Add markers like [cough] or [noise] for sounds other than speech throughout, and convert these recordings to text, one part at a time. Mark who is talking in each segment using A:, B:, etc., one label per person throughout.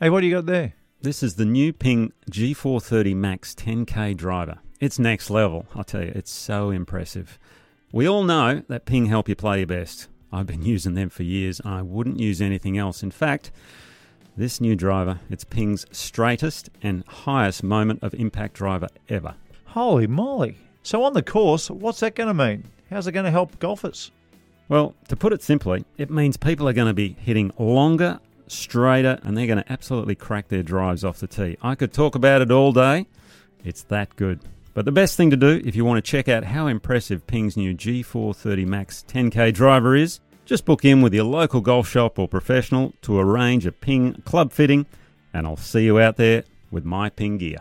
A: Hey, what do you got there?
B: This is the new Ping G430 Max 10K driver. It's next level, I'll tell you, it's so impressive. We all know that Ping help you play your best. I've been [laughs] using them for years and I wouldn't use anything else. In fact, this new driver, it's Ping's straightest and highest moment of impact driver ever.
A: Holy moly. So, on the course, what's that going to mean? How's it going to help golfers?
B: Well, to put it simply, it means people are going to be hitting longer, straighter, and they're going to absolutely crack their drives off the tee. I could talk about it all day. It's that good. But the best thing to do if you want to check out how impressive Ping's new G430 Max 10K driver is, just book in with your local golf shop or professional to arrange a Ping club fitting, and I'll see you out there with my Ping gear.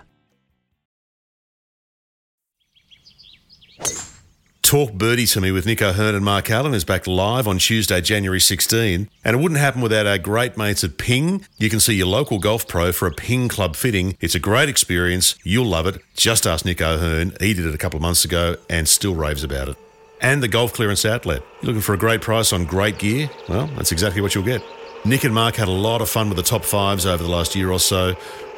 C: Talk Birdie to Me with Nico Hearn and Mark Allen is back live on Tuesday, January 16. And it wouldn't happen without our great mates at Ping. You can see your local golf pro for a Ping club fitting. It's a great experience. You'll love it. Just ask Nico Hearn. He did it a couple of months ago and still raves about it. And the golf clearance outlet. You're looking for a great price on great gear? Well, that's exactly what you'll get. Nick and Mark had a lot of fun with the top fives over the last year or so.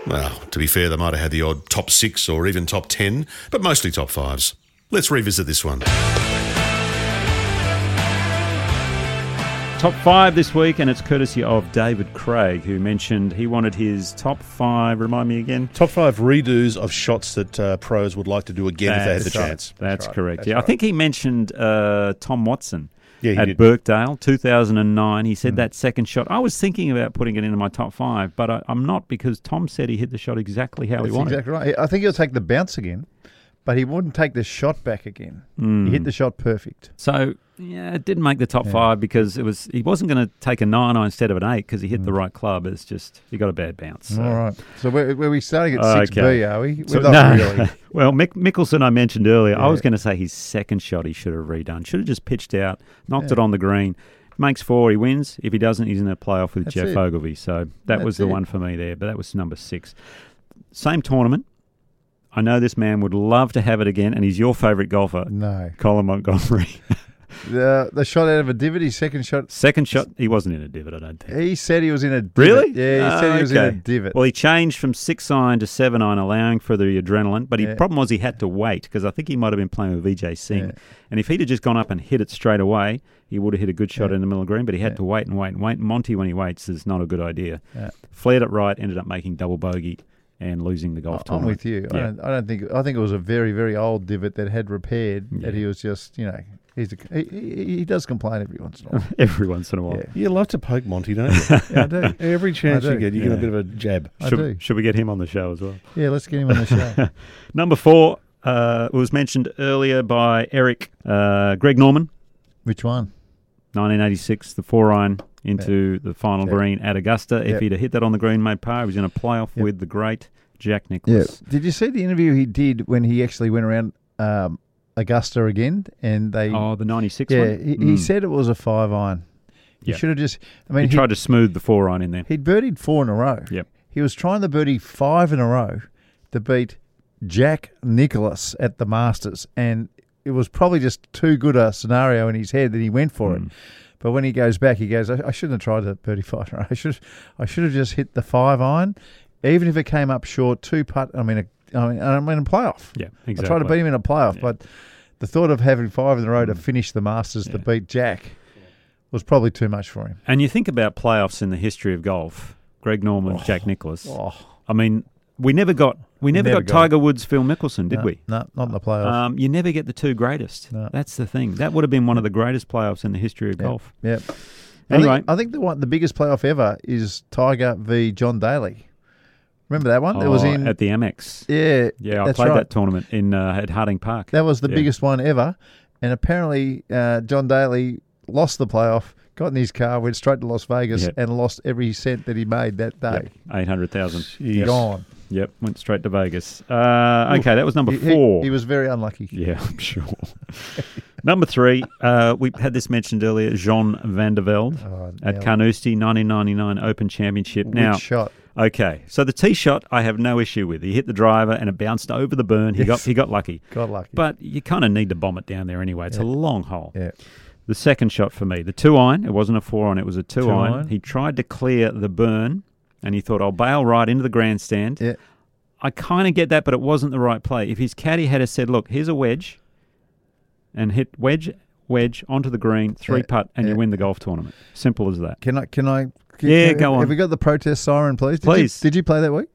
C: Well, to be fair, they might have had the odd top six or even top ten, but mostly top fives. Let's revisit this one.
B: Top five this week, and it's courtesy of David Craig, who mentioned he wanted his top five. Remind me again.
D: Top five redos of shots that uh, pros would like to do again if they had the
B: right.
D: chance.
B: That's,
A: right.
B: correct.
A: That's
B: yeah, I
A: right.
B: think he mentioned uh, Tom Watson
D: Yeah, he
B: at
D: did. Hmm.
B: Birkdale, 2009. He said that second shot. I was thinking about putting it into my top five, but I, I'm not because Tom said he hit the shot exactly how he
E: That's
B: wanted.
E: exactly right. I think he'll take the bounce again, but he wouldn't take the shot back again. He
A: Hmm.
E: hit the shot perfect.
B: So yeah, it didn't make the top five because it was he wasn't going to take a nine iron instead of an eight because he hit the
D: Hmm.
B: right club. It's just he got a bad bounce. so.
E: All right. So where, where we starting at
B: Okay.
E: six B? Are we? We're
B: So-
E: not
A: [laughs]
B: no.
E: really.
B: [laughs] well, Mick, Mickelson, I mentioned earlier, I
E: Yeah.
B: was going to say his second shot he should have redone. Should have just pitched out, knocked it on the green. Makes four, he wins. If he doesn't, he's in a playoff with
E: That's
B: Jeff
E: it.
B: Ogilvy. So that was
E: That's
B: the
E: it.
B: one for me there, but that was number six. Same tournament. I know this man would love to have it again, and he's your favourite golfer,
E: No.
B: Colin Montgomery.
E: The the shot out of a divot. His second shot.
B: [laughs] Second shot, he wasn't in a divot, I don't think.
E: He said he was in a divot.
B: Really?
E: Yeah. He
B: Oh,
E: said
A: Ah,
E: he was in a
B: okay.
E: divot.
B: Well, he changed from six iron to seven iron, allowing for the adrenaline. But the
E: Yeah.
B: problem was he had to wait because I think he might have been playing with Vijay Singh.
E: Yeah.
B: And if he'd have just gone up and hit it straight away, he would have hit a good shot in the middle of green. But he had to wait and wait and wait. Monty, when he waits, is not a good idea.
E: Yeah.
B: Flared it right, ended up making double bogey and losing the golf
E: I'm
B: tournament.
E: with you. I,
B: Yeah.
E: don't, I don't think. I think it was a very very old divot that had repaired. That he was just you know. He's a, he, he, he does complain every once in a while.
B: [laughs] Every once in a while.
E: Yeah.
D: You love to poke Monty, [laughs] don't you?
E: Yeah, I do.
D: Every chance
E: I
D: you
E: do.
D: get, you get a bit of a jab.
E: I
B: Should,
E: do.
B: should we get him on the show as well?
E: Yeah, let's get him on the show. [laughs]
B: Number four uh, was mentioned earlier by Eric uh, Greg Norman.
E: Which one?
B: 1986, the four iron into the final
E: Yeah.
B: green at Augusta. If
E: Yeah.
B: he'd have hit that on the green, made par. He was in a playoff
E: Yeah.
B: with the great Jack Nicklaus.
E: Did you see the interview he did when he actually went around um, Augusta again? And they,
B: Oh, the 96
E: yeah,
B: one?
E: he, he
B: Mm.
E: said it was a five iron. He
B: Yeah.
E: should have just. I
B: He
E: mean, he
B: tried to smooth the four iron in there.
E: would birdied four in a row.
B: Yep.
E: He was trying to birdie five in a row to beat Jack Nicholas at the Masters, and it was probably just too good a scenario in his head that he went for
B: Mm.
E: it. But when he goes back, he goes, "I, I shouldn't have tried the birdie five. in a row. [laughs] I should, I should have just hit the five iron, even if it came up short, two putt. I mean, a, I mean, I'm in a playoff.
B: Yeah, exactly. Mm.
E: I tried to beat him in a playoff, but the thought of having five in a row to finish the Masters to
B: Yeah.
E: beat Jack was probably too much for him.
B: And you think about playoffs in the history of golf. Greg Norman,
E: Oh,
B: Jack Nicholas. I mean, we never got we never,
E: Never
B: got,
E: got
B: Tiger Woods, Phil Mickelson, did
E: no,
B: we?
E: No, not in the playoff.
B: Um, you never get the two greatest.
E: No.
B: That's the thing. That would have been one of the greatest playoffs in the history of golf.
E: Yeah. Yep. I
B: Anyway.
E: think, I think the one the biggest playoff ever is Tiger v John Daly. Remember that one? it was
B: Oh,
E: in
B: at the Amex.
E: yeah.
B: Yeah, I
E: that's
B: played
E: right.
B: that tournament in uh, at Harding Park.
E: That was the
B: Yeah.
E: biggest one ever, and apparently uh, John Daly lost the playoff Got in his car, went straight to Las Vegas,
B: Yep.
E: and lost every cent that he made that day.
B: Yep. 800,000.
E: Gone.
B: Yep, went straight to Vegas. Uh, okay, that was number
E: He- he-
B: four.
E: He, was very unlucky.
B: yeah, [laughs] I'm sure. number three, uh, we had this mentioned earlier, Jean van der Velde
E: Oh,
B: at
E: now,
B: Carnoustie, 1999 Open Championship.
E: which
B: now,
E: shot?
B: okay, so the tee shot I have no issue with. He hit the driver and it bounced over the burn. He got
E: Yes.
B: he got lucky.
E: Got lucky.
B: But you kind of need to bomb it down there anyway. It's a long hole.
E: yeah.
B: The second shot for me, the two iron. It wasn't a four iron. It was a two,
E: Two
B: iron.
E: iron.
B: He tried to clear the burn, and he thought, "I'll bail right into the grandstand."
E: Yeah.
B: I kind of get that, but it wasn't the right play. If his caddy had have said, "Look, here's a wedge," and hit wedge wedge onto the green, three
E: Yeah,
B: putt, and you
E: yeah.
B: win the golf tournament. Simple as that.
E: Can I? Can I? can-
B: Yeah,
E: can-
B: go on.
E: Have we got the protest siren, please? Did you-
B: Please.
E: did you play that week?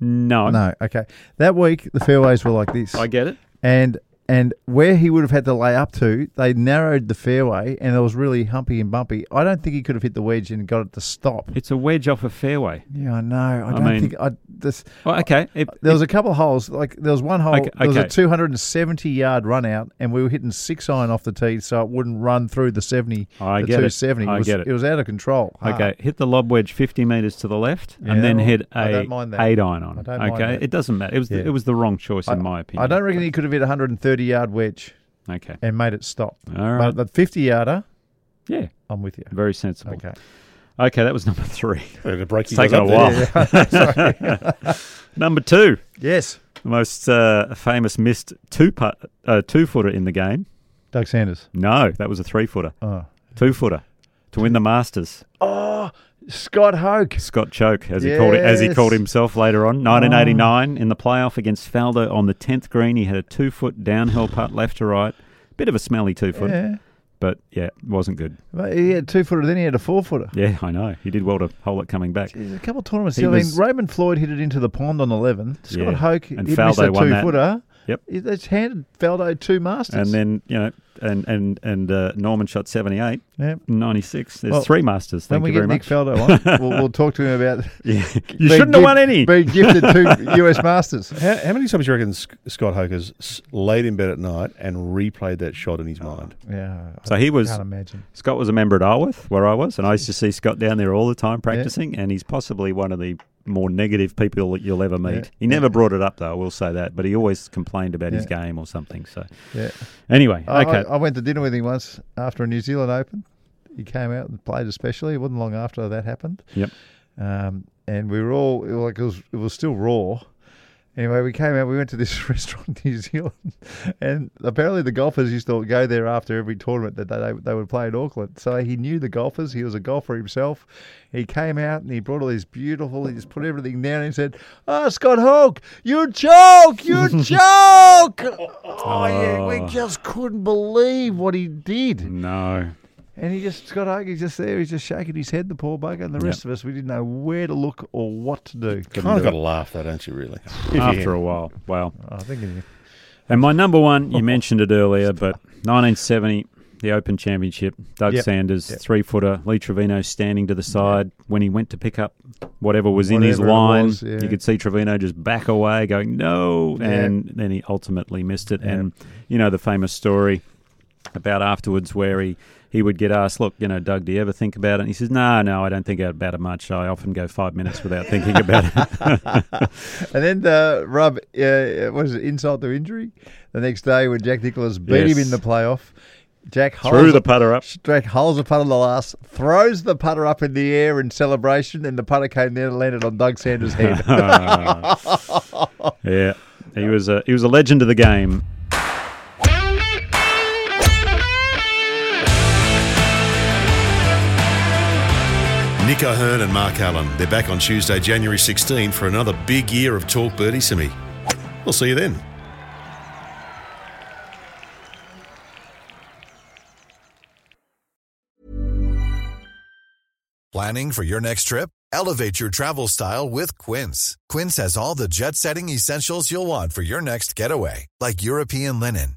B: No,
E: No. Okay. That week, the fairways were like this.
B: I get it.
E: and and where he would have had to lay up to, they narrowed the fairway, and it was really humpy and bumpy. I don't think he could have hit the wedge and got it to stop.
B: It's a wedge off a fairway.
E: Yeah, I know. I
B: I
E: don't
B: mean-
E: think I. This,
B: Well, okay, if,
E: there was a couple of holes. Like there was one hole.
B: Okay,
E: There was
B: okay.
E: a 270 yard run out, and we were hitting six iron off the tee, so it wouldn't run through the 70.
B: I
E: the
B: get it.
E: 270.
B: I
E: was,
B: get it.
E: was out of control.
B: if- okay, hit the lob wedge fifty meters to the left,
E: Ah. Yeah,
B: and then
E: well,
B: hit a
E: I don't mind that.
B: eight iron on.
E: I don't
B: okay,
E: mind that.
B: it doesn't matter. It was
E: Yeah.
B: the, it was the wrong choice in my
E: Ah. I
B: opinion.
E: don't reckon he could have hit a 130 yard wedge
B: Okay,
E: and made it stop.
B: all right.
E: But the 50 yarder,
B: yeah,
E: I'm with you.
B: very sensible.
E: Okay.
B: Okay, that was number three.
D: And to break
B: It's
D: you
B: taken
D: guys
B: a
D: up
B: while.
E: [laughs]
B: [laughs] number two,
E: Yes.
B: the most uh, famous missed two putt, uh, two footer in the game.
E: Doug Sanders.
B: No, that was a three footer,
E: Oh.
B: two footer to win the Masters.
E: Oh, Scott Hoke.
B: Scott Choke, as he called it, as he
E: Yes. Ah.
B: called himself later on, 1989 in the playoff against Faldo on the 10th green. He had a two foot downhill putt left to right. Bit of a smelly two foot,
E: Yeah.
B: but yeah, it wasn't good.
E: But he had two footer, then he had a four footer.
B: Yeah, I know. He did well to hole it coming back.
E: There's a couple of tournaments.
B: He
E: I mean,
B: was-
E: Raymond Floyd hit it into the pond on 11. Scott
B: Yeah.
E: Hoke
B: And
E: hit
B: Faldo
E: missed a
B: won
E: two
B: that.
E: footer.
B: Yep.
E: He- That's handed Faldo two masters.
B: And then, you know, and and and uh, Norman shot 78.
E: yeah.
B: 96. There's
E: Well,
B: three Masters. Thank
E: when we
B: you very
E: get Nick
B: much.
E: Faldo on, we'll, we'll talk to him about
B: Yeah. [laughs] You
E: being
B: shouldn't have won
E: gift-
B: any.
E: being gifted
B: [laughs]
E: two US masters.
D: How, how many times do you reckon S- Scott Hoker's s- laid in bed at night and replayed that shot in his mind?
E: Yeah. I
B: So he was,
E: can't imagine.
B: Scott was a member at Arworth, where I was, and I used to see Scott down there all the time practicing, and he's possibly one of the more negative people that you'll ever meet.
E: Yeah.
B: He never brought it up, though, I will say that, but he always complained about his
E: Yeah.
B: game or something. So,
E: Yeah.
B: anyway,
E: I-
B: okay.
E: I, I went to dinner with him once after a New Zealand Open. He came out and played especially. It wasn't long after that happened.
B: Yep.
E: Um, and we were all it was like it was it was still raw. Anyway, we came out. We went to this [laughs] restaurant in New Zealand, and apparently the golfers used to go there after every tournament that they they would play in Auckland. So he knew the golfers. He was a golfer himself. He came out and he brought all these beautiful. He just put everything down and he said, "Ah, Scott Hoke, you joke, you joke." Oh, yeah, we just couldn't believe what he did.
B: no.
E: And he just Scott Hoke, he's just there. He's just shaking his head. The poor bugger. And the rest of us, we didn't know where to look or what to do.
D: Kind of got to laugh, though, don't you? Really?
B: After a while. Wow.
E: I think it-
B: And my number one,
E: [laughs]
B: you mentioned it earlier, but 1970, the Open Championship, Doug
E: Yep.
B: Sanders,
E: Yep.
B: three footer, Lee Trevino standing to the side when he went to pick up whatever was in his
E: Whatever it
B: line.
E: was, yeah.
B: You could see Trevino just back away, going, no.
E: Yeah.
B: And then he ultimately missed it. And, you know, the famous story about afterwards where he, he would get asked, look, you know, Doug, do you ever think about it? And he says, no, no, I don't think about it much. I often go five minutes without thinking
E: [laughs]
B: about it.
E: And then uh, rub, uh, what is it, insult to injury? The next day when Jack Nicholas beat him
B: Yes.
E: in the playoff, Jack
B: Threw
E: holds,
B: the putter up.
E: Jack holds the putter the last, throws the putter up in the air in celebration, and the putter came down and landed on Doug Sanders' head.
B: [laughs] Yeah. He was a he was a legend of the game.
C: Nick O'Hearn and Mark Allen. They're back on Tuesday, January 16 for another big year of Talk Birdie Simi. We'll see you then.
F: Planning for your next trip? Elevate your travel style with Quince. Quince has all the jet setting essentials you'll want for your next getaway, like European linen,